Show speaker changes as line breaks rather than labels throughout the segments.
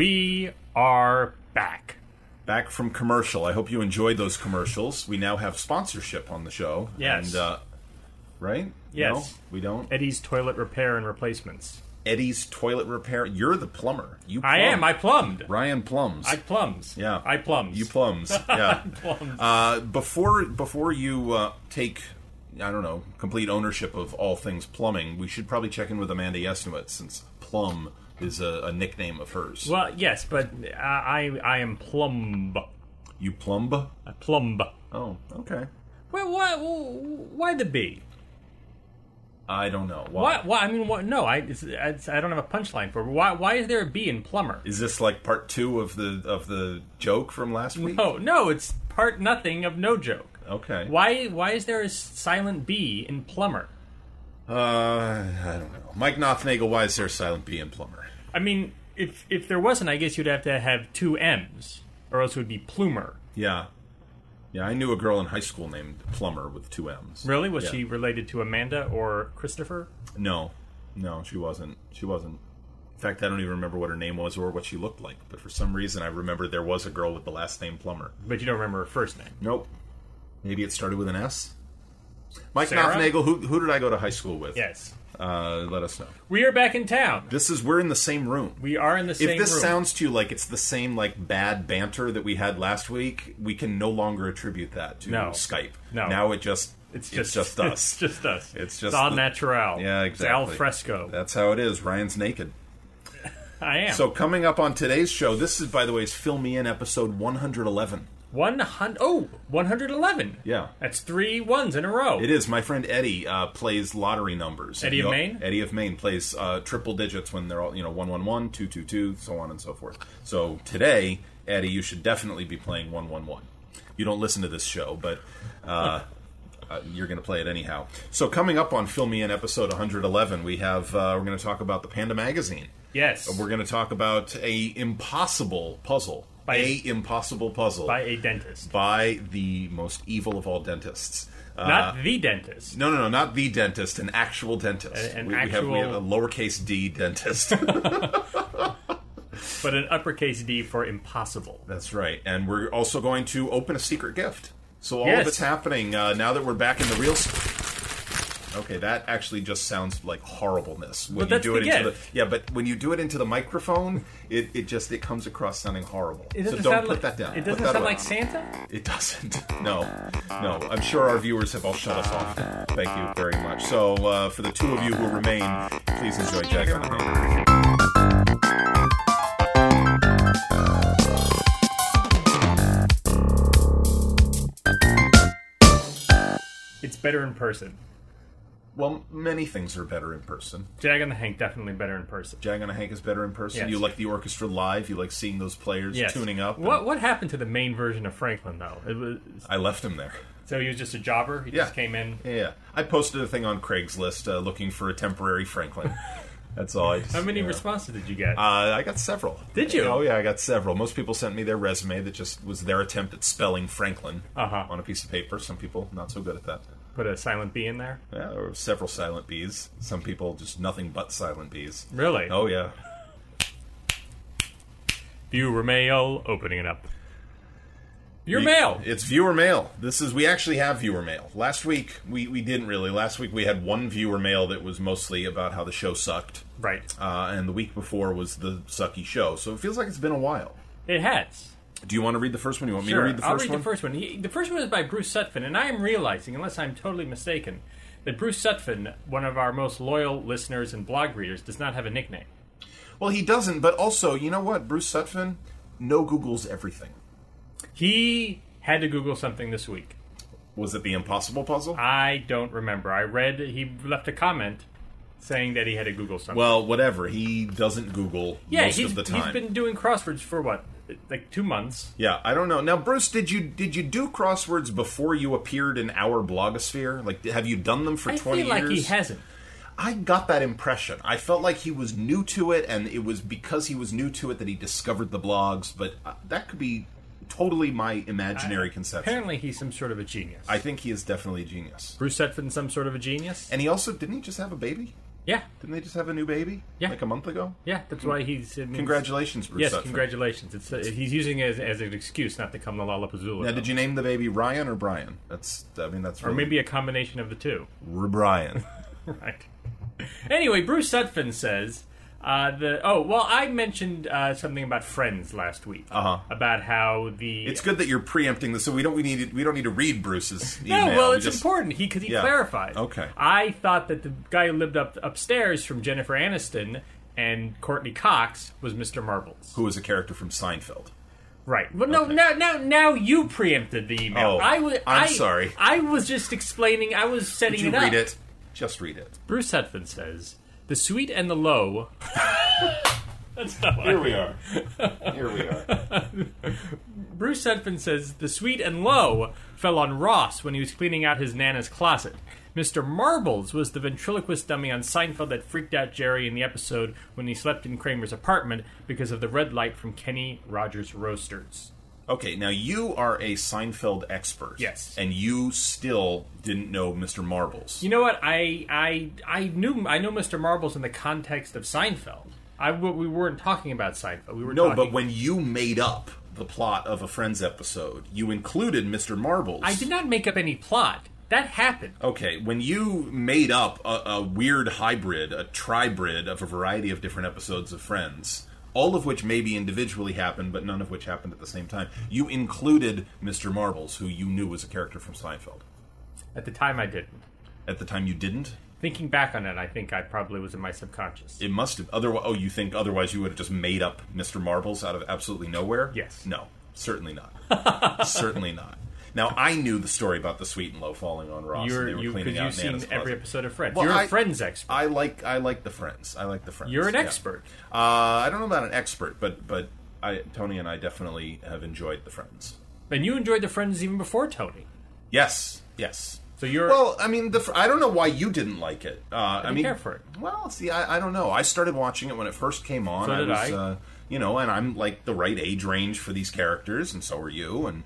We are back.
Back from commercial. I hope you enjoyed those commercials. We now have sponsorship on the show.
Yes.
And, uh, right?
Yes.
No, we don't.
Eddie's Toilet Repair and Replacements.
Eddie's toilet repair. You're the plumber. You.
I
plumb.
am. I plumbed.
Ryan plums.
I plums.
Oh. yeah.
I plums.
You plums. Yeah.
plums.
Uh, before before you uh, take, I don't know, complete ownership of all things plumbing, we should probably check in with Amanda Yesenowitz since Plum is a, a nickname of hers.
well, yes, but uh, I I, I am plumb.
You plumb?
I plumb.
Oh, okay.
Well, why why the B?
I don't know.
Why,
Why?
why I mean, what, no, I it's, it's, I don't have a punchline for it. Why why is there a B in plumber?
Is this like part two of the of the joke from last week?
Oh no, it's part nothing of no joke.
Okay.
Why why is there a silent B in plumber?
Uh, I don't know. Mike Nothnagel, why is there a silent B in plumber?
I mean, if if there wasn't, I guess you'd have to have two M's, or else it would be plumer.
Yeah. Yeah, I knew a girl in high school named Plumber with two M's.
Really, was
Yeah.
she related to Amanda or Christopher?
No, no, she wasn't. She wasn't. In fact, I don't even remember what her name was or what she looked like. But for some reason, I remember there was a girl with the last name Plummer.
But you don't remember her first name.
Nope. Maybe it started with an S. Mike
Sarah?
Nothnagel, who, who did I go to high school with?
Yes,
Uh, let us know.
we are back in town.
This is we're in the same room.
We are in the
if
same
this
room.
sounds to you like it's the same like bad banter that we had last week, we can no longer attribute that to
No.
Skype.
No.
Now it just
it's just,
it's just us.
It's just us.
It's
it's
just
all
the-
natural.
Yeah,
It's al
exactly.
fresco.
That's how it is. Ryan's naked.
I am.
So coming up on today's show, this is by the way is fill me in episode 111.
One hundred. Oh, 111.
Yeah.
That's three ones in a row.
It is my friend Eddie uh, plays lottery numbers.
Eddie
And
of
he-
Maine?
Eddie of Maine plays uh, triple digits when they're all you know 111, 222, so on and so forth. So today, Eddie, you should definitely be playing 111. You don't listen to this show, but uh, uh, you're going to play it anyhow. So coming up on fill me in episode 111, we have uh, we're going to talk about the Panda magazine.
Yes.
Oh, We're going to talk about a impossible puzzle.
By-
a impossible puzzle
by a dentist.
by the most evil of all dentists. Uh,
Not the dentist.
no, no, no, not the dentist, an actual dentist.
An- an
we, we have, we have
actual-
a lowercase d dentist.
But an uppercase D for impossible.
That's right. And we're also going to open a secret gift. So all
Yes.
of it's happening uh, now that we're back in the real. s okay, that actually just sounds like horribleness when
But that's
you do it
the
into the
gift.
yeah. But when you do it into the microphone, it, it just it comes across sounding horrible.
It
so
doesn't
don't
sound
put
like,
that down.
It
Put
doesn't
that
sound
away.
like Santa.
It doesn't. No, no. I'm sure our viewers have all shut us off. Thank you very much. So, uh, for the two of you who remain, please enjoy Jack on the Neighbor.
It's better in person.
Well, many things are better in person.
Jag and the Hank definitely better in person.
Jag on a Hank is better in person.
Yes.
You like the orchestra live. You like seeing those players
Yes.
tuning up.
What
and-
what happened to the main version of Franklin though? It was,
I left him there.
so he was just a jobber. He
Yeah.
just came in.
Yeah, yeah. I posted a thing on Craigslist uh, looking for a temporary Franklin. That's all. I just,
How many
you know.
responses did you get?
Uh, I got several.
Did you?
Oh yeah, I got several. Most people sent me their resume that just was their attempt at spelling Franklin
Uh-huh.
on a piece of paper. Some people not so good at that.
Put a silent B in there.
Yeah, there were several silent B's. Some people just nothing but silent B's.
Really?
Oh yeah.
Viewer mail. Opening it up. Your mail.
It's viewer mail. This is we actually have viewer mail. Last week we we didn't really. Last week we had one viewer mail that was mostly about how the show sucked.
Right.
Uh, and the week before was the sucky show. So it feels like it's been a while.
It has.
Do you want to read the first one? You want me
Sure,
to read the 1st
I'll read
one?
the first one. He, the first one is by Bruce Sutphin, and I am realizing, unless I'm totally mistaken, that Bruce Sutphin, one of our most loyal listeners and blog readers, does not have a nickname.
Well, he doesn't, but also, you know what? Bruce Sutphin, no Google's everything.
He had to Google something this week.
Was it the impossible puzzle?
I don't remember. I read he left a comment saying that he had to Google something.
well, whatever. He doesn't Google
yeah,
most
he's,
of the
he's
time.
been doing crosswords for what, like two months.
Yeah, I don't know. Now, Bruce, did you did you do crosswords before you appeared in our blogosphere? Like, have you done them for
I feel
twenty
like
years?
he hasn't.
I got that impression. I felt like he was new to it, and it was because he was new to it that he discovered the blogs. But uh, that could be totally my imaginary conception.
Apparently, he's some sort of a genius.
I think he is definitely a genius.
Bruce Sutphin, some sort of a genius.
And he also didn't he just have a baby?
Yeah,
Didn't they just have a new baby?
Yeah.
Like a month ago?
yeah. That's why he's. I mean,
Mm. Congratulations, Bruce
Yes,
Sutphen.
congratulations. It's uh, he's using it as, as an excuse not to come to Lollapuzzoola.
Now, did you name the baby Ryan or Brian? That's, I mean, that's
or
really-
maybe a combination of the two.
R- Brian.
Right. Anyway, Bruce Sutphen says uh, the. Oh well, I mentioned uh, something about Friends last week
Uh-huh.
about how the.
It's good that you're preempting this, so we don't we need we don't need to read Bruce's
no,
email.
well,
We
it's
just-
important he because he
Yeah.
clarified.
Okay.
I thought that the guy who lived up upstairs from Jennifer Aniston and Courtney Cox was Mr. Marbles.
Who is a character from Seinfeld?
Right. Well, no, now, now, now you preempted the email.
Oh,
I was.
I'm
I-
sorry.
I was just explaining. I was setting
Did you
it up.
read it? Just read it.
Bruce Sutphen says the sweet and the low. That's not what I-
we are. Here we are.
Bruce Sutphen says the sweet and low fell on Ross when he was cleaning out his nana's closet. Mr. Marbles was the ventriloquist dummy on Seinfeld that freaked out Jerry in the episode when he slept in Kramer's apartment because of the red light from Kenny Rogers Roasters.
Okay, now you are a Seinfeld expert.
Yes.
And you still didn't know Mr. Marbles.
You know what? I I I knew I know Mr. Marbles in the context of Seinfeld. I w- we weren't talking about Seinfeld. We were
no,
talking,
but when you made up the plot of a Friends episode, you included Mr. Marbles.
I did not make up any plot. That happened.
Okay, when you made up a, a weird hybrid, a tribrid of a variety of different episodes of Friends, all of which maybe individually happened, but none of which happened at the same time, you included Mr. Marbles, who you knew was a character from Seinfeld.
At the time, I didn't.
At the time, you didn't.
Thinking back on it, I think I probably was in my subconscious.
It must have. Otherwise, oh, you think otherwise you would have just made up Mr. Marbles out of absolutely nowhere?
Yes.
No, certainly not. certainly not. Now I knew the story about the sweet and low falling on Ross. and
You're
they were
you
cleaning
because
out
you've seen
Nana's
every
closet.
episode of Friends.
Well,
You're a
I-
Friends expert.
I like I like the Friends. I like the Friends.
You're an
Yeah.
expert.
Uh, I don't know about an expert, but but I Tony and I definitely have enjoyed the Friends.
and you enjoyed the Friends even before Tony.
Yes, yes.
So you're-
well. I mean, the fr- I don't know why you didn't like it. Uh, I, mean,
care for it.
Well, see, I, I don't know. I started watching it when it first came on.
So did
I was,
I.
Uh, you know, and I'm like the right age range for these characters, and so are you. And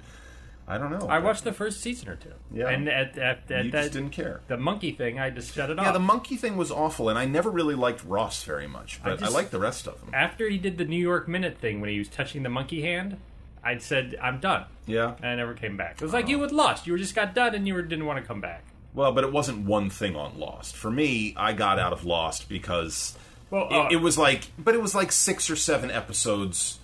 I don't know.
I watched the first season or two.
Yeah.
And at, at, at
You
that,
just didn't care.
the monkey thing, I just shut it off.
Yeah, the monkey thing was awful, and I never really liked Ross very much, but I,
just-
liked the rest of them.
After he did the New York Minute thing when he was touching the monkey hand, I said I'm done.
Yeah.
And I never came back. It was
Oh.
like you had lost. You were just got done and you were, didn't want to come back.
Well, but it wasn't one thing on Lost. For me, I got out of Lost because
Well,
it,
uh,
it was like, but it was like six or seven episodes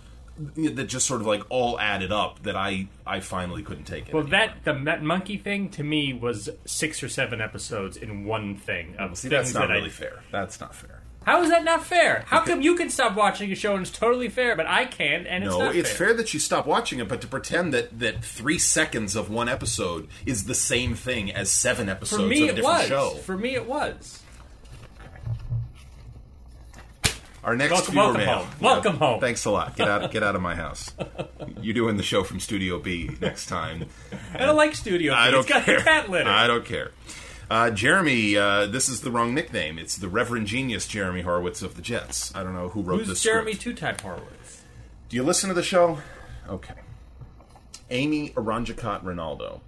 that just sort of like all added up that I I finally couldn't take it.
Well,
anymore.
that the that monkey thing to me was six or seven episodes in one thing of
see,
things
that's not
that
really
I.
fair. That's not fair.
How is that not fair? How come you can stop watching a show and it's totally fair, but I can't and it's
no,
not
it's fair. that you stop watching it, but to pretend that that three seconds of one episode is the same thing as seven episodes
For me,
of a
it
different
was.
show.
For me, it was.
Our next
Welcome-
viewer
welcome
mail.
home. Welcome home.
Thanks a lot. Get out. Get out of my house. You're doing the show from Studio B next time.
I don't like Studio.
I
B.
don't
it's got
care.
cat litter.
I don't care. Uh, Jeremy, uh, this is the wrong nickname. It's the Reverend Genius Jeremy Horowitz of the Jets. I don't know who wrote
Who's
this.
Jeremy
script.
Two Time Horowitz?
Do you listen to the show? Okay. Amy Aranjicot Ronaldo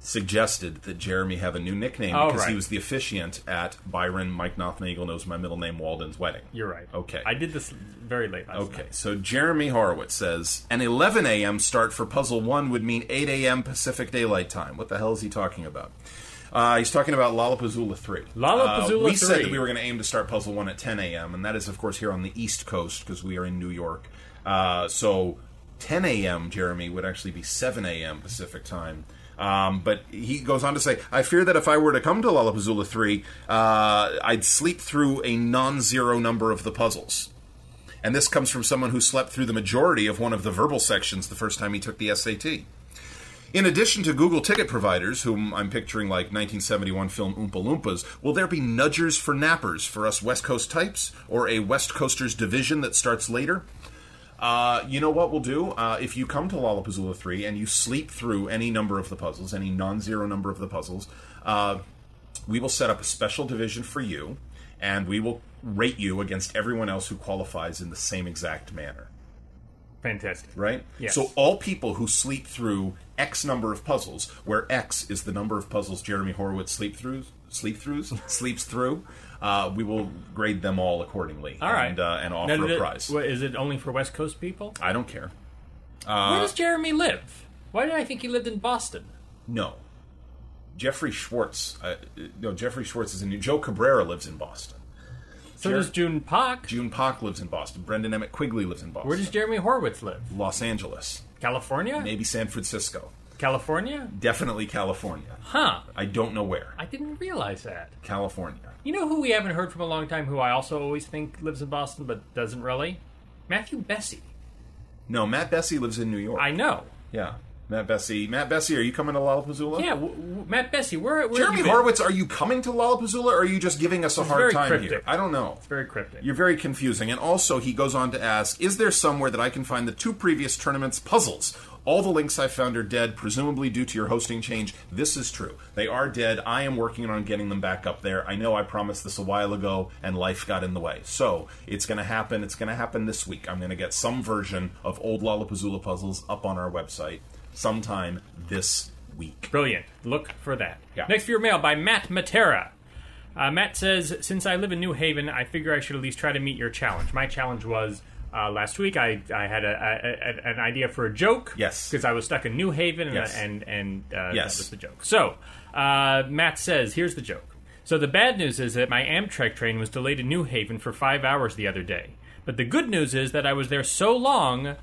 suggested that Jeremy have a new nickname
All
because he
right.
was the officiant at Byron Mike Nagel knows my middle name Walden's wedding.
You're right.
Okay.
I did this very late last night.
Okay, so Jeremy Horowitz says an 11 a.m. start for puzzle one would mean 8 a.m. Pacific Daylight Time. What the hell is he talking about? Uh, he's talking about Lollapuzzoola 3.
Lollapuzzoola
Uh, we said
3.
that we were going to aim to start puzzle one at 10 a.m., and that is, of course, here on the East Coast because we are in New York. Uh, so 10 a.m., Jeremy, would actually be 7 a.m. Pacific Time. Um, but he goes on to say, I fear that if I were to come to Lollapuzzoola 3, uh, I'd sleep through a non zero number of the puzzles. And this comes from someone who slept through the majority of one of the verbal sections the first time he took the SAT. In addition to Google ticket providers, whom I'm picturing like 1971 film Oompa Loompas, will there be nudgers for nappers for us West Coast types, or a West Coasters division that starts later? Uh, you know what we'll do? Uh, if you come to Lollapuzzoola 3 and you sleep through any number of the puzzles, any non zero number of the puzzles, uh, we will set up a special division for you, and we will rate you against everyone else who qualifies in the same exact manner.
Fantastic.
Right?
Yes.
So all people who sleep through X number of puzzles, where X is the number of puzzles Jeremy Horowitz sleep through sleep throughs sleeps through, uh, we will grade them all accordingly.
All right.
and, uh, and offer
Now, did
a
it-
prize.
what, is it only for West Coast people?
I don't care. Uh,
Where does Jeremy live? Why did I think he lived in Boston?
No. Jeffrey Schwartz. Uh, no, Jeffrey Schwartz is in New. Joe Cabrera lives in Boston.
So
Jer-
does June Pak.
June Pock lives in Boston. Brendan Emmett Quigley lives in Boston.
Where does Jeremy Horwitz live?
Los Angeles.
California?
Maybe Mm. San Francisco.
California?
Definitely California.
Huh.
I don't know where.
I didn't realize that.
California.
You know who we haven't heard from a long time who I also always think lives in Boston but doesn't really? Matthew Bessie.
No, Matt Bessie lives in New York.
I know.
yeah. Matt Bessie. Matt Bessie, are you coming to Lollapuzzoola?
Yeah, w- w- Matt Bessie, where, where
Jeremy
have you been?
Horowitz, are you coming to Lollapuzzoola or are you just giving us a hard
very
time
cryptic.
here? I don't know.
Very cryptic.
You're very confusing. And also, he goes on to ask Is there somewhere that I can find the two previous tournaments' puzzles? All the links I found are dead, presumably due to your hosting change. This is true. They are dead. I am working on getting them back up there. I know I promised this a while ago, and life got in the way. So, it's going to happen. It's going to happen this week. I'm going to get some version of old Lollapuzzoola puzzles up on our website sometime this week.
Brilliant. Look for that.
Yeah.
Next viewer mail by Matt Matera. Uh, Matt says, Since I live in New Haven, I figure I should at least try to meet your challenge. My challenge was uh, last week I, I had a, a, a- an idea for a joke.
Yes.
Because I was stuck in New Haven and,
Yes.
and, and uh,
Yes.
that was the joke. So, uh, Matt says, Here's the joke. So, the bad news is that my Amtrak train was delayed in New Haven for five hours the other day. But the good news is that I was there so long.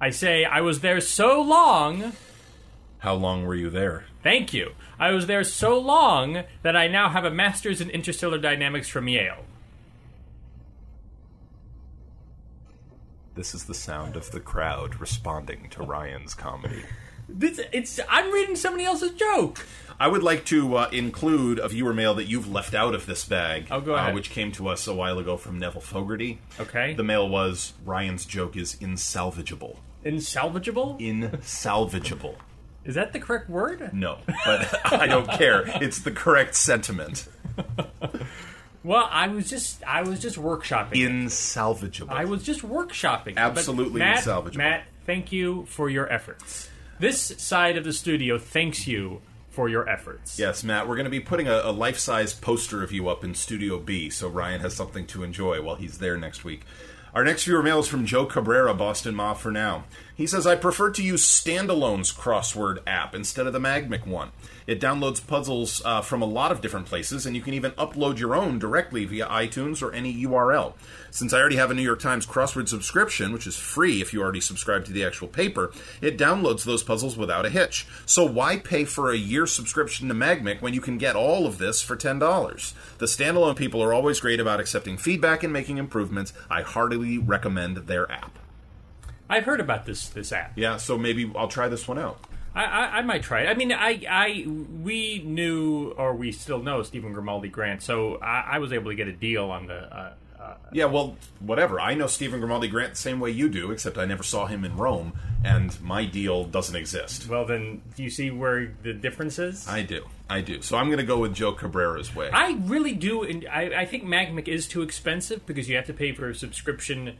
I say, I was there so long.
How long were you there?
Thank you. I was there so long that I now have a master's in interstellar dynamics from Yale.
This is the sound of the crowd responding to Ryan's comedy.
This it's I'm reading somebody else's joke.
I would like to uh, include a viewer mail that you've left out of this bag,
Oh, go
uh,
ahead.
which came to us a while ago from Neville Fogarty.
Okay.
The mail was Ryan's joke is insalvageable.
Insalvageable?
Insalvageable.
Is that the correct word?
No, but I don't care. It's the correct sentiment.
Well, I was just I was just workshopping.
Insalvageable.
I was just workshopping. But
Absolutely
Matt,
insalvageable.
Matt, thank you for your efforts. This side of the studio thanks you for your efforts.
yes, Matt, we're going to be putting a, a life size poster of you up in Studio B so Ryan has something to enjoy while he's there next week. Our next viewer mail is from Joe Cabrera, Boston Ma for now. He says, I prefer to use Standalone's crossword app instead of the Magmic one. It downloads puzzles uh, from a lot of different places, and you can even upload your own directly via iTunes or any URL. Since I already have a New York Times crossword subscription, which is free if you already subscribe to the actual paper, it downloads those puzzles without a hitch. So why pay for a year subscription to Magmic when you can get all of this for $10? The standalone people are always great about accepting feedback and making improvements. I heartily recommend their app.
I've heard about this this app.
Yeah, so maybe I'll try this one out.
I, I, I might try it. I mean, I, I, we knew, or we still know Stephen Grimaldi Grant, so I, I was able to get a deal on the. Uh, uh,
Yeah, well, whatever. I know Stephen Grimaldi Grant the same way you do, except I never saw him in Rome, and my deal doesn't exist.
well, then, do you see where the difference is?
I do. I do. So I'm going to go with Joe Cabrera's way.
I really do, and I, I think Magmic is too expensive because you have to pay for a subscription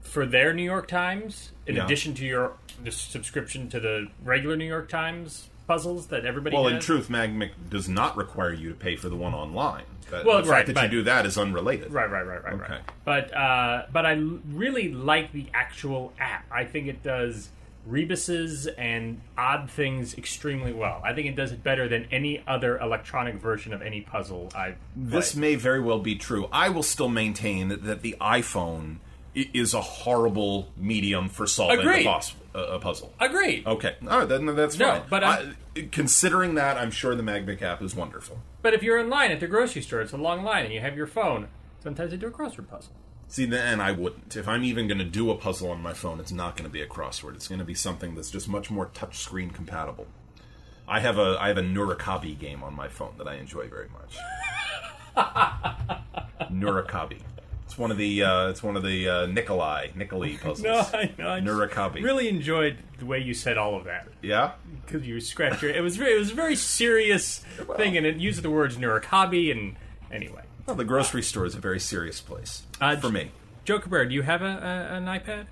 for their New York Times in
Yeah.
addition to your the subscription to the regular New York Times puzzles that everybody.
well,
has.
in truth, Magmic does not require you to pay for the one online. That-
Well,
the
right,
fact that
but-
you do that is unrelated.
Right, right, right, right,
Okay.
right. But uh, but I l- really like the actual app. I think it does rebuses and odd things extremely well. I think it does it better than any other electronic version of any puzzle I've.
This may very well be true. I will still maintain that the iPhone i- is a horrible medium for solving
Agreed.
a, pos- a- a puzzle.
Agreed.
Okay. All right, then that's
No,
fine.
but I-
I- considering that, I'm sure the Magmic app is wonderful.
But if you're in line at the grocery store, it's a long line, and you have your phone. Sometimes they do a crossword puzzle.
See, then I wouldn't. If I'm even going to do a puzzle on my phone, it's not going to be a crossword. It's going to be something that's just much more touchscreen compatible. I have a I have a Nurikabi game on my phone that I enjoy very much. Nurikabi. It's one of the uh, it's one of the uh, Nikolai Nikolai puzzles.
know. I
Nurikabi.
Really enjoyed the way you said all of that
Yeah.
because you scratched your. It was very, it was a very serious thing, and it used the words Nurikabi and anyway.
Well, the grocery store is a very serious place
Uh,
for me.
Joe Cabrera, do you have a, a, an iPad?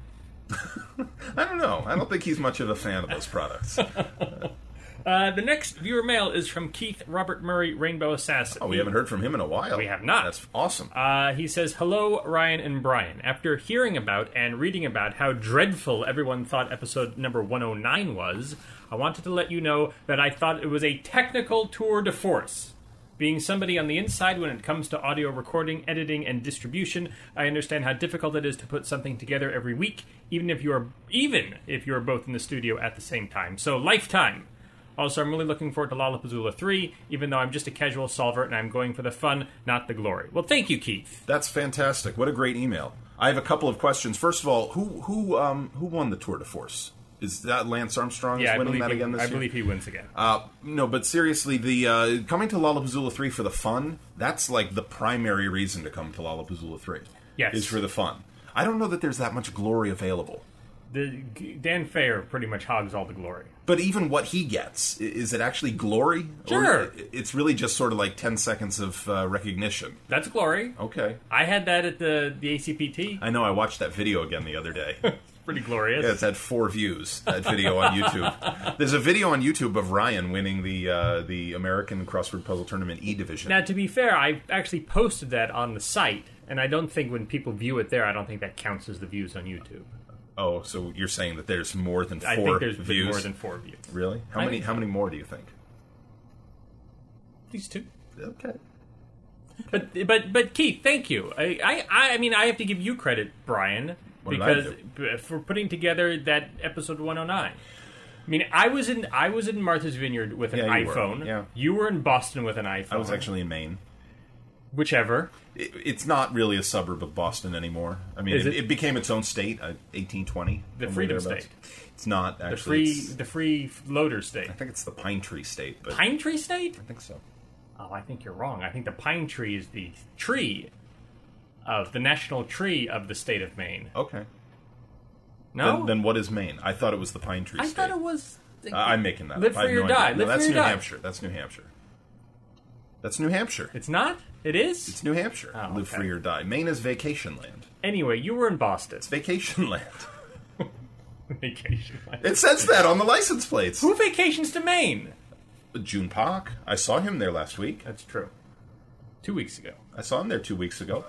I don't know. I don't think he's much of a fan of those products.
Uh, the next viewer mail is from Keith Robert Murray, Rainbow Assassin.
Oh, we haven't heard from him in a while.
We have not.
That's awesome.
Uh, he says, Hello, Ryan and Brian. After hearing about and reading about how dreadful everyone thought episode number 109 was, I wanted to let you know that I thought it was a technical tour de force. Being somebody on the inside when it comes to audio recording, editing, and distribution, I understand how difficult it is to put something together every week, even if you are even if you are both in the studio at the same time. So lifetime. Also, I'm really looking forward to Lollapuzzoola 3, even though I'm just a casual solver and I'm going for the fun, not the glory. Well, thank you, Keith.
That's fantastic. What a great email. I have a couple of questions. First of all, who who um who won the Tour de Force? Is that Lance Armstrong
Yeah,
is
I
winning
believe,
that
he,
again this
I
year?
believe he wins again.
Uh, no, but seriously, the uh, coming to Lollapuzzoola three for the fun. That's like the primary reason to come to Lollapuzzoola three.
Yes.
is for the fun. I don't know that there's that much glory available.
the, Dan Fair pretty much hogs all the glory.
But even what he gets, i- is it actually glory?
Sure.
Or i- it's really just sort of like 10 seconds of uh, recognition.
That's glory.
Okay.
I had that at the, the ACPT.
I know I watched that video again the other day.
Pretty glorious.
it's had four views, that video on YouTube. There's a video on YouTube of Ryan winning the uh, the American Crossword Puzzle Tournament E Division.
Now, to be fair, I actually posted that on the site, and I don't think when people view it there, I don't think that counts as the views on YouTube.
oh, so you're saying that there's more than four
I think there's been
views?
more than four views.
really? How
I
many
think
How many more do you think?
These two.
Okay.
But but but Keith, thank you. I I, I- I mean I have to give you credit, Brian,
What did I
because b- for putting together that episode 109. I mean, I was in I was in Martha's Vineyard with an
Yeah, you were.
iPhone.
Yeah.
You were in Boston with an iPhone.
I was actually in Maine.
whichever.
It, it's not really a suburb of Boston anymore. I mean,
Is
it,
it-
it became its own state, uh, 1820.
The
somewhere
Freedom
thereabouts. It's not actually.
The free
it's-
the free loader state.
I think it's the Pine Tree State, but
Pine Tree State?
I think so.
Oh, I think you're wrong. I think the pine tree is the tree of the national tree of the state of Maine.
Okay.
No?
Then, then what is Maine? I thought it was the Pine Tree
I
State.
thought it was
Uh, I'm making that.
Live
up. I
free
have
or
no
die. Live
idea. no, that's
free or
New
die.
Hampshire. That's New Hampshire. That's New Hampshire.
It's not? It is?
It's New Hampshire.
Oh,
Live
okay.
free or die. Maine is vacation land.
Anyway, you were in Boston.
It's vacation land.
vacation.
It says that on the license plates.
Who vacations to Maine?
June Park. I saw him there last week.
That's true. Two weeks ago.
I saw him there two weeks ago.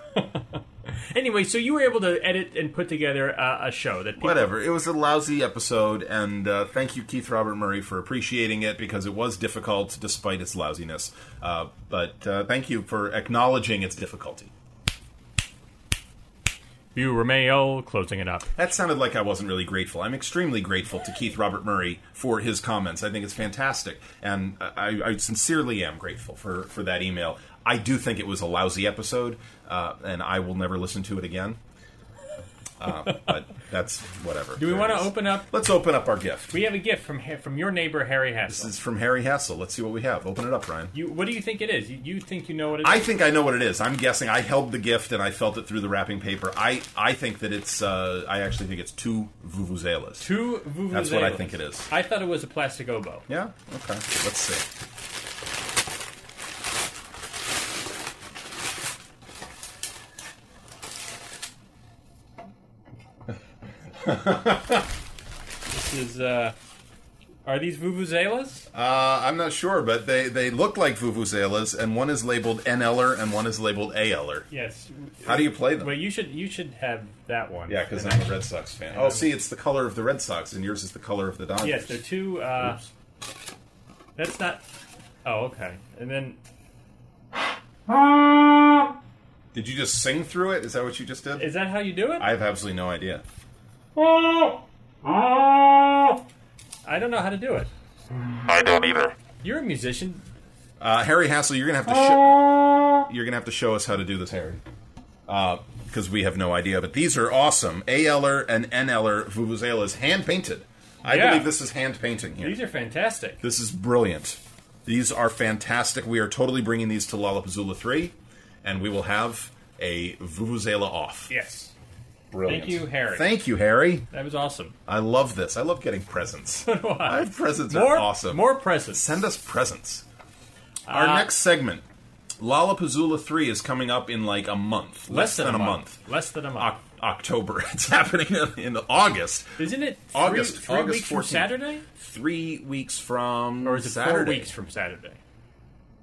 Anyway, so you were able to edit and put together uh, a show that people.
Whatever. It was a lousy episode, and uh, thank you, Keith Robert Murray, for appreciating it because it was difficult despite its lousiness. Uh, but uh, thank you for acknowledging its difficulty.
Viewer mail, closing it up.
That sounded like I wasn't really grateful. I'm extremely grateful to Keith Robert Murray for his comments. I think it's fantastic, and I, I sincerely am grateful for, for that email. I do think it was a lousy episode, uh, and I will never listen to it again. Uh, but that's whatever.
Do we want to open up?
Let's open up our gift.
We have a gift from Ha- from your neighbor Harry Hassel.
This is from Harry Hassel. Let's see what we have. Open it up, Ryan.
You, what do you think it is? You, you think you know what it is?
I think I know what it is. I'm guessing. I held the gift and I felt it through the wrapping paper. I, I think that it's. Uh, I actually think it's two vuvuzelas.
Two vuvuzelas.
That's what I think it is.
I thought it was a plastic oboe.
Yeah. Okay. Let's see.
This is. uh... Are these vuvuzelas?
Uh, I'm not sure, but they, they look like vuvuzelas, and one is labeled NLer and one is labeled ALer.
Yes.
How do you play them?
Well, you should you should have that one.
Yeah, because I'm a Red Sox fan. Oh, see, it's the color of the Red Sox, and yours is the color of the Dodgers.
Yes, they're two. Uh,
Oops.
that's not. Oh, okay. And then
Ah! Did you just sing through it? Is that what you just did?
is that how you do it?
I Ah! have absolutely no idea. Ah!
I don't know how to do it.
I don't either.
You're a musician.
Uh, Harry Hassel, you're gonna have to show you're gonna have to show us how to do this, Harry, because we have no idea. But these are awesome. ALer and NLer vuvuzelas, hand painted. I
Yeah.
believe this is hand painting here.
These are fantastic.
This is brilliant. These are fantastic. We are totally bringing these to Lollapuzzoola 3, and we will have a Vuvuzela off.
Yes,
Brilliant.
Thank you, Harry.
Thank you, Harry.
that was awesome.
I love this. I love getting presents. So do
I.
presents
More
are awesome.
More Uh, presents.
Send us presents. Our next segment, Lollapuzzoola 3, is coming up in like a month.
Less than
a month.
Less than a month.
October. It's happening in August.
Isn't it three,
August-
three
August
weeks from
14th.
Saturday?
Three weeks from
Or is it four
Saturday.
weeks from Saturday?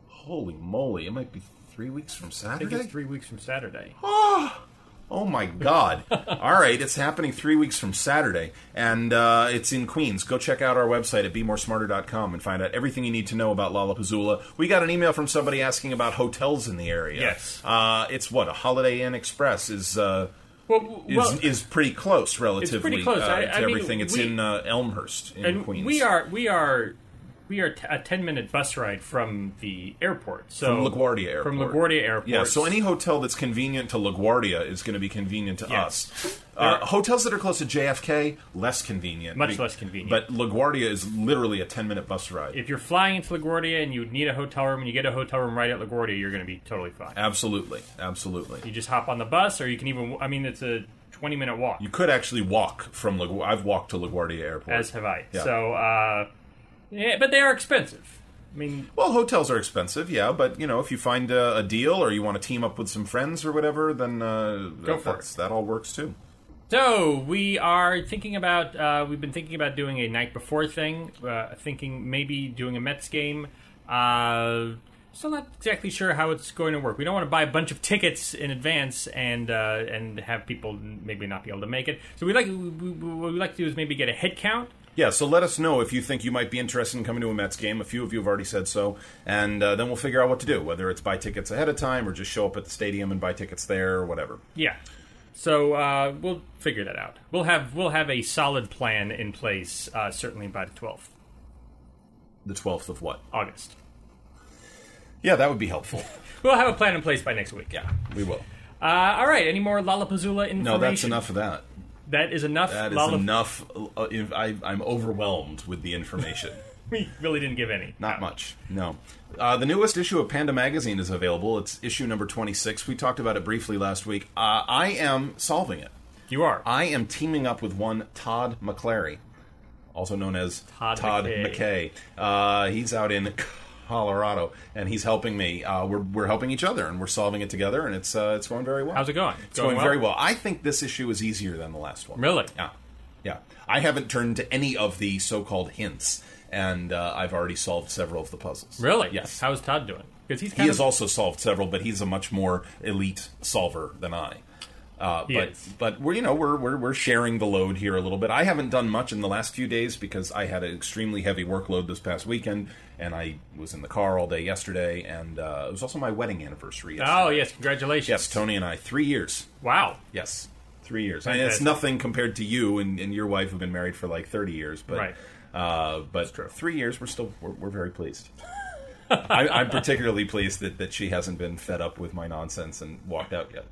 Holy moly! It might be three weeks from
I think
Saturday.
it's three weeks from Saturday.
Oh my God! All right, it's happening three weeks from Saturday, and uh, it's in Queens. Go check out our website at bemoresmarter.com and find out everything you need to know about Lollapuzzoola. We got an email from somebody asking about hotels in the area.
Yes.
uh, it's what a Holiday Inn Express is. Uh,
Well,
is,
well
is pretty close relatively
close.
Uh,
I-
to
I mean,
everything. it's
we-
in uh, Elmhurst in
and
Queens.
we are we are we are t- a ten minute bus ride from the airport. So
From LaGuardia Airport.
Oh, From LaGuardia Airport.
Yeah, so any hotel that's convenient to LaGuardia is going to be convenient to
Yes.
us. Uh, hotels that are close to JFK, less convenient.
Much less convenient.
But LaGuardia is literally a 10 minute bus ride.
if you're flying into LaGuardia and you need a hotel room and you get a hotel room right at LaGuardia, you're going to be totally fine.
absolutely. Absolutely.
You just hop on the bus, or you can even. I mean, it's a twenty minute walk.
You could actually walk from LaGuardia. I've walked to LaGuardia Airport.
as have I.
Yeah.
So, uh, yeah, but they are expensive. I mean,
well, hotels are expensive, yeah, but you know, if you find a, a deal or you want to team up with some friends or whatever, then uh,
Go for
that's- that all works too.
so we are thinking about. Uh, we've been thinking about doing a night before thing. Uh, thinking maybe doing a Mets game. Uh, still not exactly sure how it's going to work. We don't want to buy a bunch of tickets in advance and uh, and have people maybe not be able to make it. So we like we- we- what we like to do is maybe get a head count.
Yeah, so let us know if you think you might be interested in coming to a Mets game. A few of you have already said so, and uh, then we'll figure out what to do. Whether it's buy tickets ahead of time or just show up at the stadium and buy tickets there or whatever.
Yeah. So uh, we'll figure that out. We'll have we'll have a solid plan in place uh, certainly by the twelfth
The twelfth of what?
August.
Yeah, that would be helpful.
We'll have a plan in place by next week. Yeah.
we will.
Uh, all right. Any more Lollapuzzoola information?
No, that's enough of that.
That is enough.
That is
Lollap-
enough. Uh, if I, I'm overwhelmed with the information.
We really didn't give any.
Not much. No. Uh, the newest issue of Panda Magazine is available. It's issue number 26. We talked about it briefly last week. Uh, I am solving it.
You are.
I am teaming up with one Todd McClary, also known as
Todd
Todd,
McKay.
McKay. Uh, he's out in Colorado, and he's helping me. Uh, we're, we're helping each other, and we're solving it together, and it's uh, it's going very well.
How's it going?
It's going, very well. I think this issue is easier than the last one.
Really?
Yeah, yeah. I haven't turned to any of the so-called hints, and uh, I've already solved several of the puzzles.
Really?
Yes.
How's Todd doing? Because he's
He
kind
has
of
also solved several, but he's a much more elite solver than I. Uh,
He
but
is.
but we're you know we're, we're we're sharing the load here a little bit. I haven't done much in the last few days because I had an extremely heavy workload this past weekend, and I was in the car all day yesterday, and uh, it was also my wedding anniversary. Yesterday.
Oh yes, congratulations.
yes, Tony and I, three years.
Wow.
Yes, three years. And it's
Fantastic.
nothing compared to you and, and your wife who've been married for like thirty years. But
Right.
uh, but three years, we're still we're, we're very pleased. I, I'm particularly pleased that, that she hasn't been fed up with my nonsense and walked out yet.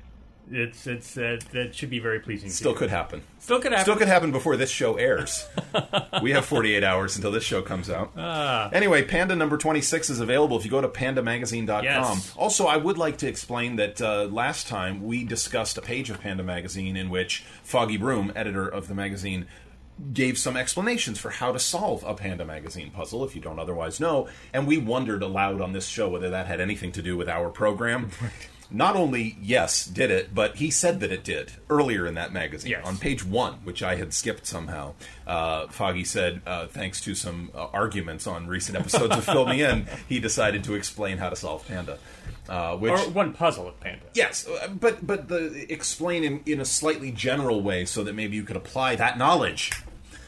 It's it's uh, that should be very pleasing.
Still
to you.
could happen.
Still could happen.
Still could happen before this show airs. we have 48 hours until this show comes out.
Ah.
anyway, Panda number 26 is available if you go to pandamagazine.com.
Yes.
Also, I would like to explain that uh, last time we discussed a page of Panda Magazine in which Foggy Broom, editor of the magazine, gave some explanations for how to solve a Panda Magazine puzzle if you don't otherwise know, and we wondered aloud on this show whether that had anything to do with our program. Not only, yes, did it, but he said that it did earlier in that magazine
Yes.
on page one, which I had skipped somehow, uh, Foggy said, uh, thanks to some uh, arguments on recent episodes of Fill Me In, he decided to explain how to solve Panda. Uh, which
or one puzzle of Panda.
Yes, uh, but but the explain in, in a slightly general way so that maybe you could apply that knowledge,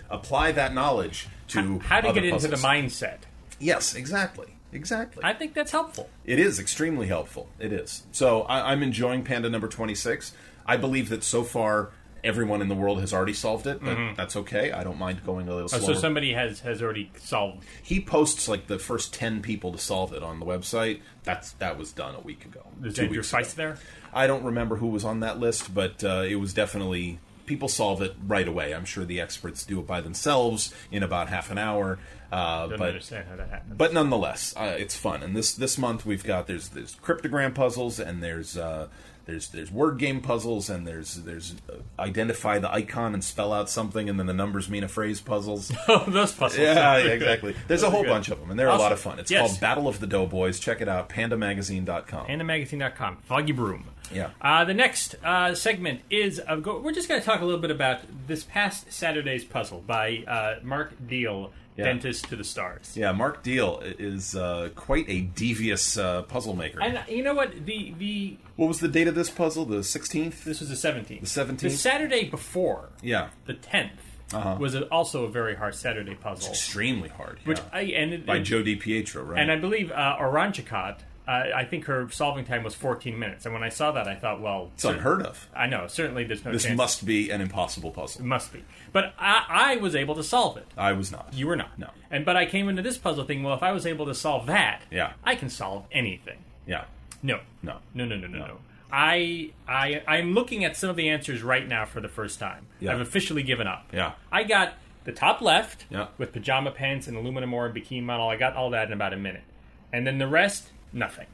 apply that knowledge to
How to
other
get into the
puzzles.
mindset.
Yes, exactly, exactly.
I think that's helpful.
It is extremely helpful. It is. So I, I'm enjoying Panda number 26. I believe that so far everyone in the world has already solved it, but that's okay. I don't mind going a little
Mm-hmm. Uh, So
slower.
somebody has has already solved.
he posts like the first 10 people to solve it on the website. That's That was done a week ago.
Is
two
Andrew
weeks ago.
Feist there?
I don't remember who was on that list, but uh, it was definitely people solve it right away. I'm sure the experts do it by themselves in about half an hour. Uh,
Don't
but
understand how that happened.
but nonetheless, uh, it's fun. And this this month we've got there's there's cryptogram puzzles and there's uh, there's there's word game puzzles and there's there's uh, identify the icon and spell out something and then the numbers mean a phrase puzzles.
Oh, those puzzles.
yeah,
are
yeah,
pretty good.
exactly. There's a whole
good.
bunch of them and they're a lot
Awesome.
of fun. It's
Yes.
called Battle of the Doughboys. Check it out, pandamagazine.com.
Andamagazine.com. Foggy Broom.
Yeah.
Uh, the next uh, segment is uh, go- we're just going to talk a little bit about this past Saturday's puzzle by uh, Mark Deal,
Yeah.
Dentist to the Stars.
Yeah, Mark Deal i- is uh, quite a devious uh, puzzle maker.
And uh, you know what? The the
What was the date of this puzzle? The 16th?
this was the seventeenth. The
17th?
The Saturday before.
Yeah. Uh-huh.
The 10th was a, also a very hard Saturday puzzle,
Extremely hard.
which
yeah.
I and it,
By
it-
Joe DiPietro, right?
and I believe uh, Oranjicot, uh, I think her solving time was 14 minutes. And when I saw that, I thought, well,
it's unheard of.
I know certainly there's no
This
chance.
must be an impossible puzzle.
must be, but I, I was able to solve it.
I was not.
You were not.
No.
And but I came into this puzzle thing. Well, if I was able to solve that,
Yeah.
I can solve anything.
Yeah.
No.
No.
No. No. No. No.
No.
no. I I I'm looking at some of the answers right now for the first time.
Yeah.
I've officially given up.
Yeah.
I got the top left
Yeah.
with pajama pants and aluminum ore and bikini model. I got all that in about a minute, and then the rest, nothing.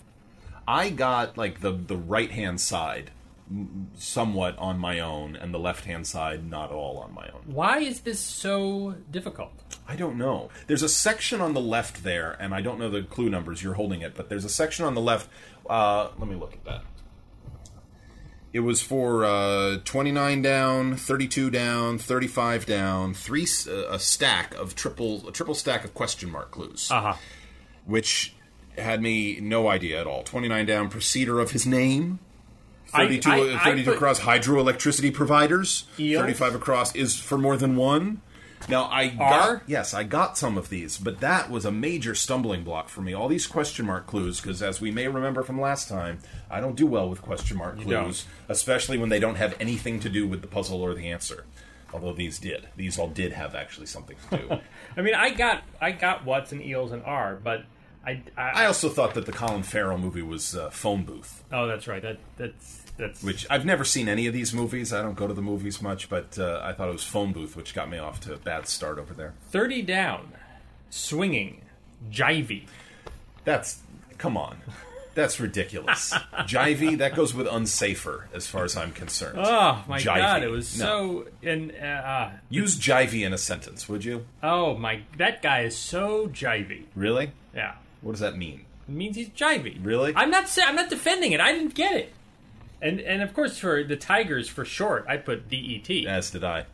I got like the the right hand side m- somewhat on my own, and the left hand side not all on my own.
Why is this so difficult?
I don't know. There's a section on the left there, and I don't know the clue numbers. You're holding it, but there's a section on the left. Uh, let me look at that. It was for uh, 29 down, 32 down, 35 down, three s- uh, a stack of triple a triple stack of question mark clues.
Uh huh.
which had me no idea at all. 29 down, procedure of his name.
I-
32,
I- I
32
put-
across, hydroelectricity providers.
Eels.
35 across is for more than one. Now, I
Are?
got, yes, I got some of these, but that was a major stumbling block for me. All these question mark clues, because as we may remember from last time, I don't do well with question mark clues, especially when they don't have anything to do with the puzzle or the answer. Although these did. These all did have actually something to do.
I mean, I got I got what's in eels and R, but I, I,
I also thought that the Colin Farrell movie was uh, Phone Booth.
oh that's right that that's that's
which I've never seen any of these movies. I don't go to the movies much, but uh, I thought it was Phone Booth, which got me off to a bad start over there.
thirty down, swinging, jivey.
That's come on, that's ridiculous. Jivey that goes with unsafer as far as I'm concerned.
Oh my
Jivey.
god, it was
No.
so and uh, uh,
Use jivey in a sentence, would you?
oh my that guy is so jivey.
Really?
Yeah.
What does that mean?
It means he's jivey.
Really?
I'm not sa- I'm not defending it. I didn't get it. And and of course for the Tigers for short, I put D E T.
As did I.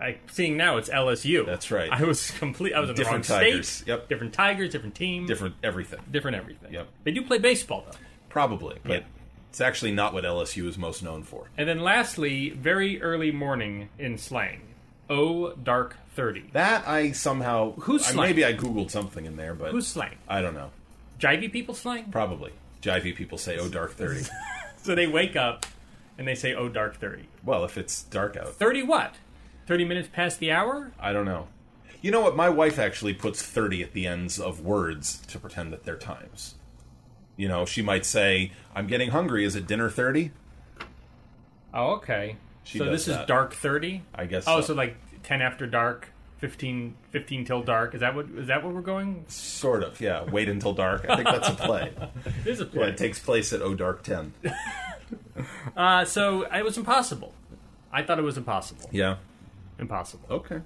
I seeing now it's LSU.
That's right.
I was complete I was in
Different
the wrong
Tigers.
state.
Yep.
Different Tigers, different team.
Different everything,
different everything.
Yep.
They do play baseball though.
probably, but
Yeah.
it's actually not what LSU is most known for.
And then lastly, very early morning in slang. O dark 30.
That I somehow
Who's
I-
slang?
maybe I googled something in there, but
Who's slang?
I don't know.
Jivey people slang?
Probably jivey people say "oh dark 30.
So they wake up and they say, "Oh, dark 30.
Well, if it's dark out,
30 what? 30 minutes past the hour?
I don't know. You know what? My wife actually puts 30 at the ends of words to pretend that they're times. You know, she might say, I'm getting hungry. Is it dinner 30?
Oh, okay.
She
so
does
this is
that.
dark 30?
I guess
Oh,
so.
so. like 10 after dark, 15 15 till dark. Is that what is that what we're going?
Sort of, yeah. Wait until dark. I think that's a play.
It is a
Yeah,
play.
it takes place at O Dark 10.
uh, so it was impossible. I thought it was impossible.
Yeah.
Impossible.
Okay.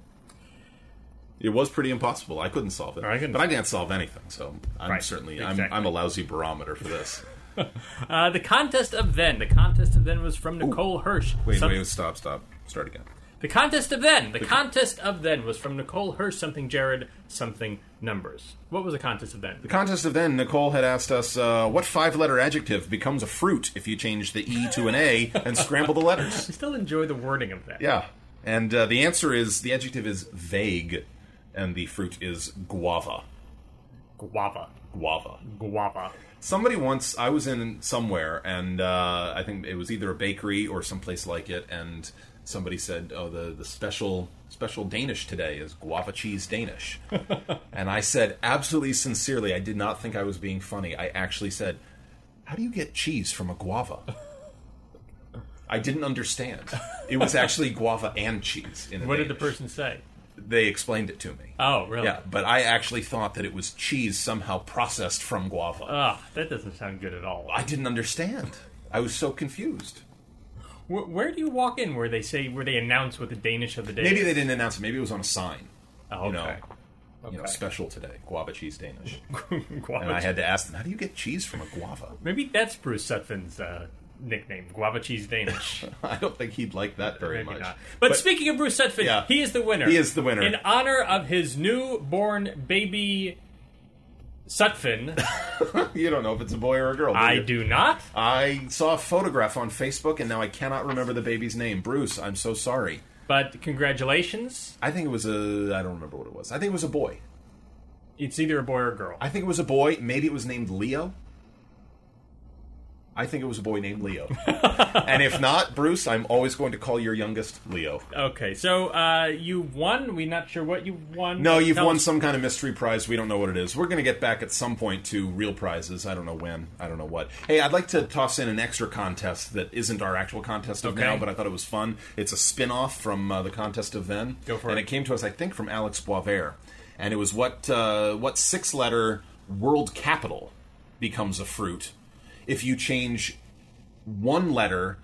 It was pretty impossible. I couldn't solve it.
I couldn't-
But I can't solve anything, so I'm
Right,
certainly, I'm,
exactly.
I'm a lousy barometer for this.
Uh, the contest of then. The contest of then was from Nicole Hirsch.
Wait,
Some-
wait, stop, stop. Start again.
The contest of then. The contest of then was from Nicole Hirsch. Something Jared. Something numbers. What was the contest of then?
The contest of then, Nicole had asked us, uh, what five letter adjective becomes a fruit if you change the E to an A and scramble the letters?
I still enjoy the wording of that.
Yeah. And uh, the answer is the adjective is vague, and the fruit is guava.
Guava.
Guava.
Guava.
Somebody once, I was in somewhere, and uh, I think it was either a bakery or someplace like it, and somebody said, "Oh, the the special special Danish today is guava cheese Danish," and I said, absolutely sincerely, I did not think I was being funny. I actually said, "How do you get cheese from a guava?" I didn't understand. It was actually guava and cheese. In
What did the
Danish.
person say?
They explained it to me.
Oh, really?
Yeah, but I actually thought that it was cheese somehow processed from guava.
Ah, that doesn't sound good at all.
I didn't understand. I was so confused.
Where, where do you walk in where they say where they announce what the Danish of the day?
Maybe
is?
they didn't announce it. Maybe it was on a sign.
Oh,
You know,
okay.
you know,
Okay.
special today, guava cheese Danish.
Guava.
And I had to ask them, how do you get cheese from a guava?
Maybe that's Bruce Sutphen's uh, nickname, Guava Cheese Danish.
I don't think he'd like that very
Maybe
much.
not. But, speaking of Bruce Sutphin,
Yeah.
he is the winner.
He is the winner.
In honor of his newborn baby Sutphin,
you don't know if it's a boy or a girl. do
I
you?
do not.
I saw a photograph on Facebook, and now I cannot remember the baby's name. Bruce, I'm so sorry.
But congratulations.
I think it was a. I don't remember what it was. I think it was a boy.
It's either a boy or a girl.
I think it was a boy. Maybe it was named Leo. I think it was a boy named Leo. and if not, Bruce, I'm always going to call your youngest Leo.
Okay, so uh, you won. We're not sure what you won.
No, you've
Tell
won
us-
some kind of mystery prize. We don't know what it is. We're going to get back at some point to real prizes. I don't know when. I don't know what. Hey, I'd like to toss in an extra contest that isn't our actual contest of
Okay.
now, but I thought it was fun. It's a spin off from uh, the contest of then.
Go for
and
it.
it came to us, I think, from Alex Boisvert. And it was what, uh, what six letter world capital becomes a fruit if you change one letter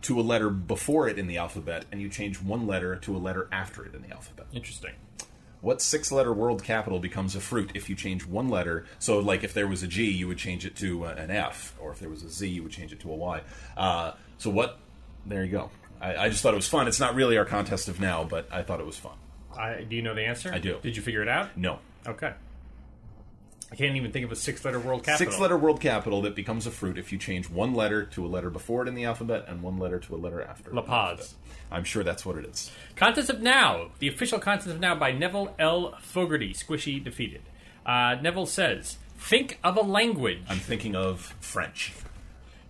to a letter before it in the alphabet and you change one letter to a letter after it in the alphabet.
Interesting.
What six letter world capital becomes a fruit if you change one letter? So, like, if there was a G, you would change it to uh, an F, or if there was a Z, you would change it to a Y. Uh, so, what? There you go. I, I just thought it was fun. It's not really our contest of now, but I thought it was fun.
I, do you know the answer? I
do.
Did you figure it out?
No.
Okay. I can't even think of a six-letter world capital.
Six letter world capital that becomes a fruit if you change one letter to a letter before it in the alphabet and one letter to a letter after.
La Paz.
I'm sure that's what it is.
Contest of Now, the official contest of Now by Neville L. Fogarty. Squishy defeated. Uh, Neville says, "Think of a language.
I'm thinking of French.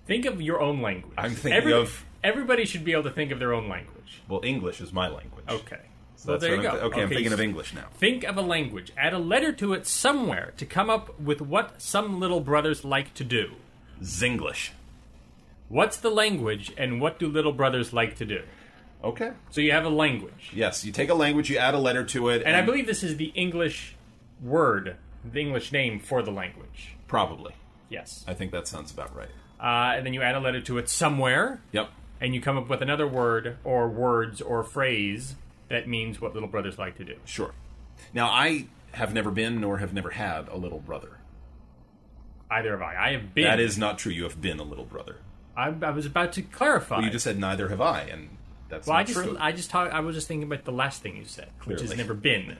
think of your own language.
I'm thinking of-
Everybody should be able to think of their own language.
Well, English is my language.
Okay.
So
well,
that's
there you
what
go.
I'm thi- okay, I'm thinking
so
of English now.
Think of a language. Add a letter to it somewhere to come up with what some little brothers like to do.
Zinglish.
What's the language, and what do little brothers like to do?
Okay.
So you have a language,
Yes, you take a language, you add a letter to it,
and I believe this is the English word, the English name for the language.
probably.
Yes.
I think that sounds about right.
uh, and then you add a letter to it somewhere,
Yep.
and you come up with another word or words or phrase that means what little brothers like to do.
Sure. Now I have never been nor have never had a little brother.
Either have I. I have been.
That is not true. You have been a little brother.
I, I was about to clarify.
You just said neither have I, and that's
well,
not
I just,
true.
I just talk, I was just thinking about the last thing you said, which
Clearly.
is never been.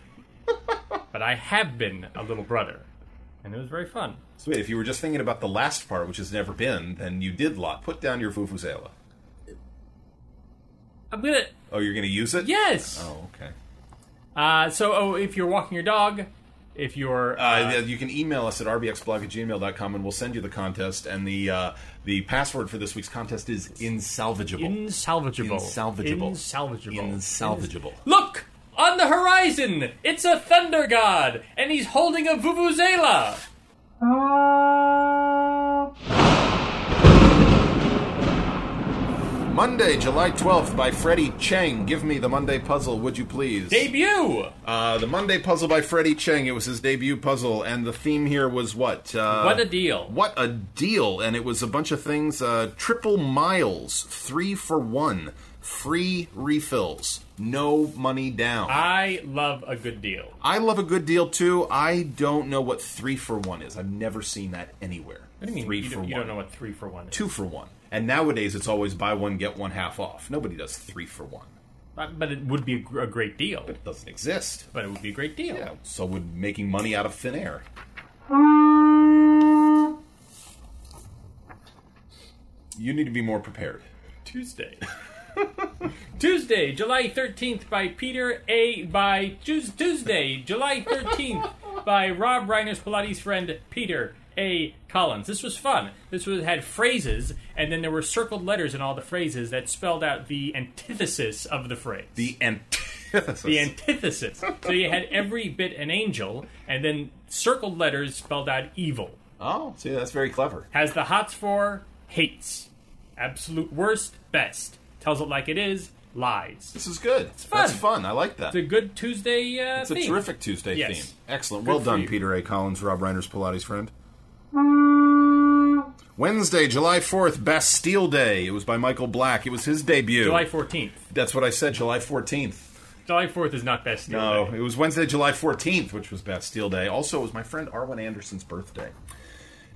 but I have been a little brother, and it was very fun.
So wait, if you were just thinking about the last part, which has never been, then you did lot. Put down your vuvuzela.
I'm gonna.
Oh, you're going to use it?
Yes.
Oh, okay.
Uh, so, oh, if you're walking your dog, if you're
Uh, yeah, you can email us at rbxblog at gmail.com and we'll send you the contest. And the uh, the password for this week's contest is insalvageable.
insalvageable,
Insalvageable.
insalvageable,
Insalvageable.
Look! On the horizon! It's a thunder god! And he's holding a vuvuzela!
Monday, July 12th by Freddie Chang. Give me the Monday puzzle, would you please?
Debut!
uh, the Monday puzzle by Freddie Chang. It was his debut puzzle, and the theme here was what? Uh,
what a deal.
What a deal! And it was a bunch of things uh, triple miles, three for one, free refills, no money down.
I love a good deal.
I love a good deal too. I don't know what three for one is. I've never seen that anywhere.
What do you mean
three
you,
for
don't,
one?
you don't know what three for one is?
two for one. And nowadays, it's always buy one get one half off. Nobody does three for one.
But but it would be a, gr- a great deal.
It doesn't exist.
But it would be a great deal.
Yeah, so would making money out of thin air. You need to be more prepared.
Tuesday. Tuesday, July 13th by Peter A. by Tues- Tuesday, July 13th by Rob Reiner's Pilates friend Peter A. Collins. This was fun. This was had phrases, and then there were circled letters in all the phrases that spelled out the antithesis of the phrase.
The antithesis.
The antithesis. so you had every bit an angel, and then circled letters spelled out evil.
oh, see, that's very clever.
Has the hots for hates. Absolute worst, best. Tells it like it is, lies.
This is good. It's
fun.
That's fun. I like that.
It's a good Tuesday uh,
It's a
theme.
terrific Tuesday
Yes.
theme. Excellent.
Good
well
for
done,
you.
Peter A. Collins, Rob Reiner's Pilates friend. Wednesday, July 4th, Bastille Day. It was by Michael Black. It was his debut.
July 14th.
That's what I said, July 14th.
July 4th is not best.
No,
Day.
Oh, it was Wednesday, July 14th, which was Bastille Day. Also, it was my friend Arwen Anderson's birthday.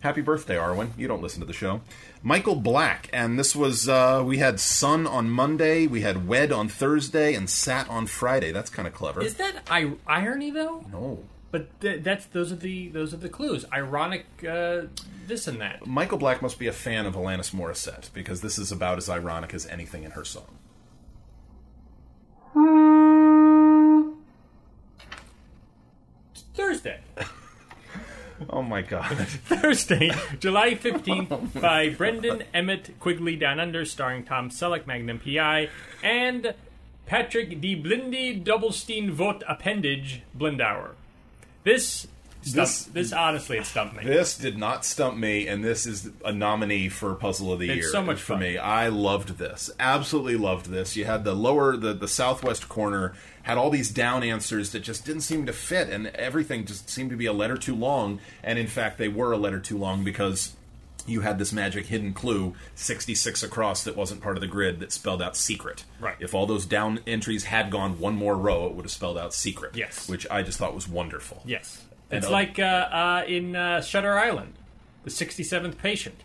Happy birthday, Arwen. You don't listen to the show. Michael Black, and this was uh, we had Sun on Monday, we had Wed on Thursday, and Sat on Friday. That's kind of clever.
Is that I- irony though?
no.
But th- that's those are the those are the clues. Ironic, uh, this and that.
Michael Black must be a fan of Alanis Morissette because this is about as ironic as anything in her song.
Thursday,
Oh my god.
Thursday, July
Oh
fifteenth, by Brendan Emmett Quigley Down Under, starring Tom Selleck, Magnum PI, and Patrick De Blindy Doublestein Vought Appendage Blindauer. This. Stumped,
This-
this, honestly, it stumped me.
This did not stump me, and this is a nominee for Puzzle of the Year.
so much
for
fun.
me. I loved this. Absolutely loved this. You had the lower, the, the southwest corner had all these down answers that just didn't seem to fit, and everything just seemed to be a letter too long. And in fact, they were a letter too long because you had this magic hidden clue 66 across that wasn't part of the grid that spelled out secret.
Right.
If all those down entries had gone one more row, it would have spelled out secret.
Yes.
Which I just thought was wonderful.
Yes,
And
it's
a-
like uh, uh, in uh, Shutter Island, the sixty-seventh patient.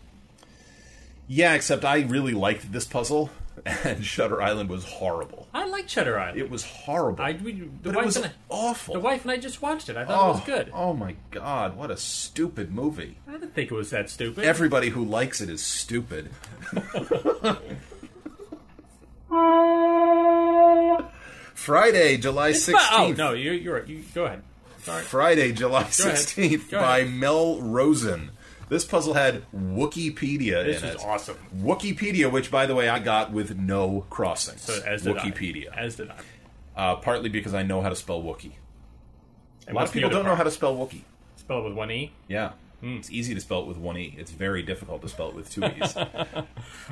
Yeah, except I really liked this puzzle, and Shutter Island was horrible.
I like Shutter Island.
It was horrible.
I we, the
but
wife
it was
and I,
awful.
the wife and I just watched it. I thought
oh,
it was good.
Oh my god, what a stupid movie.
I didn't think it was that stupid.
Everybody who likes it is stupid. Friday, July
But- oh
sixteenth.
no, you, you're you go ahead. Sorry.
Friday, July
ahead.
sixteenth
Go
by
ahead.
Mel Rosen. This puzzle had Wikipedia
This
in it.
was awesome.
Wikipedia, which by the way I got with no crossings.
So, as did
Wikipedia,
I. As did I.
uh, partly because I know how to spell Wookie.
And
A lot
what's
of
the
people
other
don't know
part?
how to Hmm. spell Wookie.
spell it with one e.
Yeah, it's easy to spell it with one e. It's very difficult to spell it with two e's.
Uh,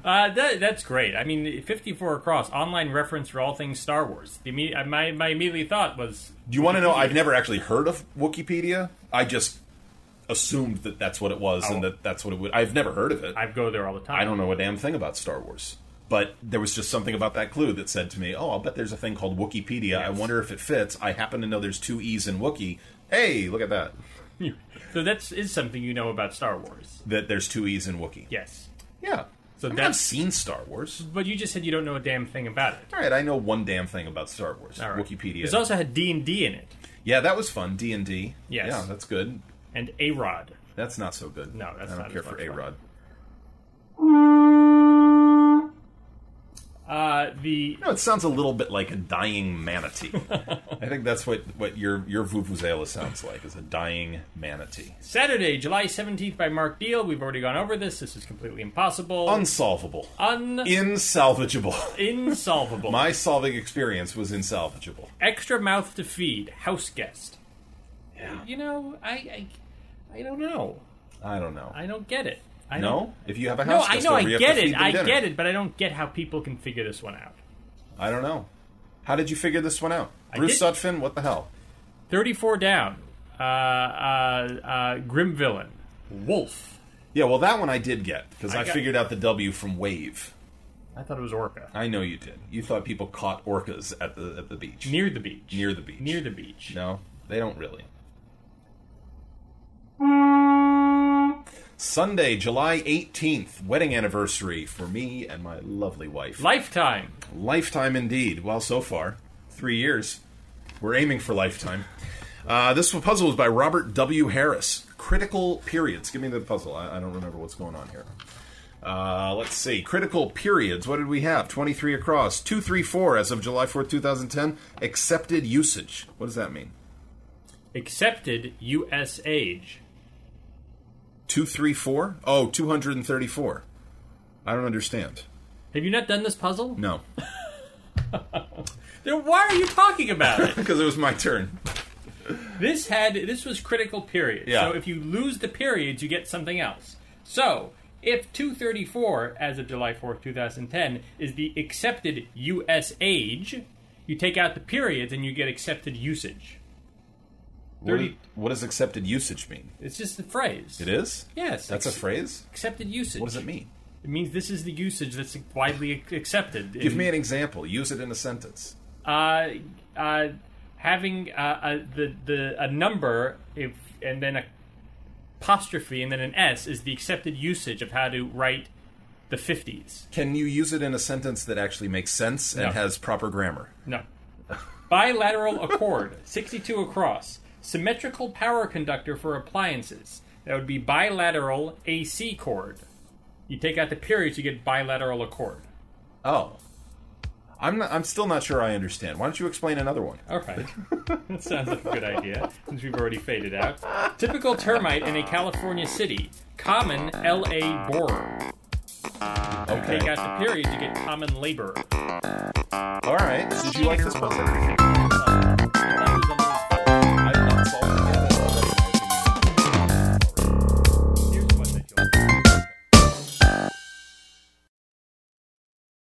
that, that's great. I mean, fifty-four across online reference for all things Star Wars. The imme- my my immediately thought was
Do you want to know? I've never actually heard of Wikipedia. I just assumed that that's what it was and
Oh.
that that's what it would. I've never heard of it.
I go there all the time.
I don't know a damn thing about Star Wars. But there was just something about that clue that said to me, "Oh, I'll bet there's a thing called Wikipedia. I wonder if it fits. I happen to know there's two e's in Wookie. Hey, look at that!
So that's is something you know about Star Wars.
That there's two e's in Wookie.
Yes,
Yeah. So I mean, I've
that's-
seen Star Wars.
but you just said you don't know a damn thing about it.
All right, I know one damn thing about Star Wars.
All right.
Wikipedia.
It's also had D and D in it
yeah, that was fun. D and D.
Yes.
Yeah, that's good.
and A Rod.
That's not so good.
No, that's
I don't
not as
care for
much
a
fun.
Rod.
Uh, the
No, it sounds a little bit like a dying manatee. I think that's what what your your vuvuzela sounds like is a dying manatee.
Saturday, July 17th by Mark Deal. We've already gone over this. This is completely impossible.
Unsolvable.
Un-
Insalvageable.
insolvable.
My solving experience was insalvageable.
Extra mouth to feed. House guest. You know, I, I, I don't know.
I don't know.
I don't get it. I
no, if you have a
Don't, no,
house,
I
guest
know. I
over, you have
get
to feed
it.
them
I
dinner.
get it, but I don't get how people can figure this one out.
I don't know. How did you figure this one out, Bruce
did-
Sutphin? What the hell?
34 down. Uh, uh, uh, grim villain. Wolf.
Yeah, well, that one I did get because I,
I got-
figured out the W from wave.
I thought it was orca.
I know you did. You thought people caught orcas at the at the beach.
Near the beach.
Near the beach.
Near the beach.
No, they don't really. Sunday, July 18th, wedding anniversary for me and my lovely wife.
Lifetime.
Lifetime indeed. Well, so far, three years. We're aiming for lifetime. Uh, this puzzle was by Robert W. Harris. Critical periods. Give me the puzzle. I, I don't remember what's going on here. Uh, let's see. Critical periods. What did we have? 23 across. 234 as of July 4th, 2010. Accepted usage. What does that mean?
Accepted U.S. age.
234? Oh, 234. I don't understand.
Have you not done this puzzle?
No.
Then why are you talking about it?
Because it was my turn.
this had this was critical period.
Yeah.
So if you lose the periods, you get something else. So if 234 as of July 4th, 2010 is the accepted US age, you take out the periods and you get accepted usage.
What
Thirty-
do- what does accepted usage mean?
It's just the phrase.
It is?
Yes.
That's a
ex-
phrase?
accepted usage.
What does it mean?
It means this is the usage that's widely ac- accepted.
Give
in-
me an example. Use it in a sentence.
uh, uh, having uh, uh, the the a number if and then a apostrophe and then an S is the accepted usage of how to write the 50s.
Can you use it in a sentence that actually makes sense and
No.
has proper grammar?
No. Bilateral accord, 62 across. Symmetrical power conductor for appliances. That would be bilateral AC cord. You take out the periods, you get bilateral accord.
Oh. I'm not, I'm still not sure I understand. Why don't you explain another one?
Okay. that sounds like a good idea, since we've already faded out. Typical termite in a California city. Common LA borer.
Okay.
Take out the periods, you get common laborer.
All right. Did you like this puzzle?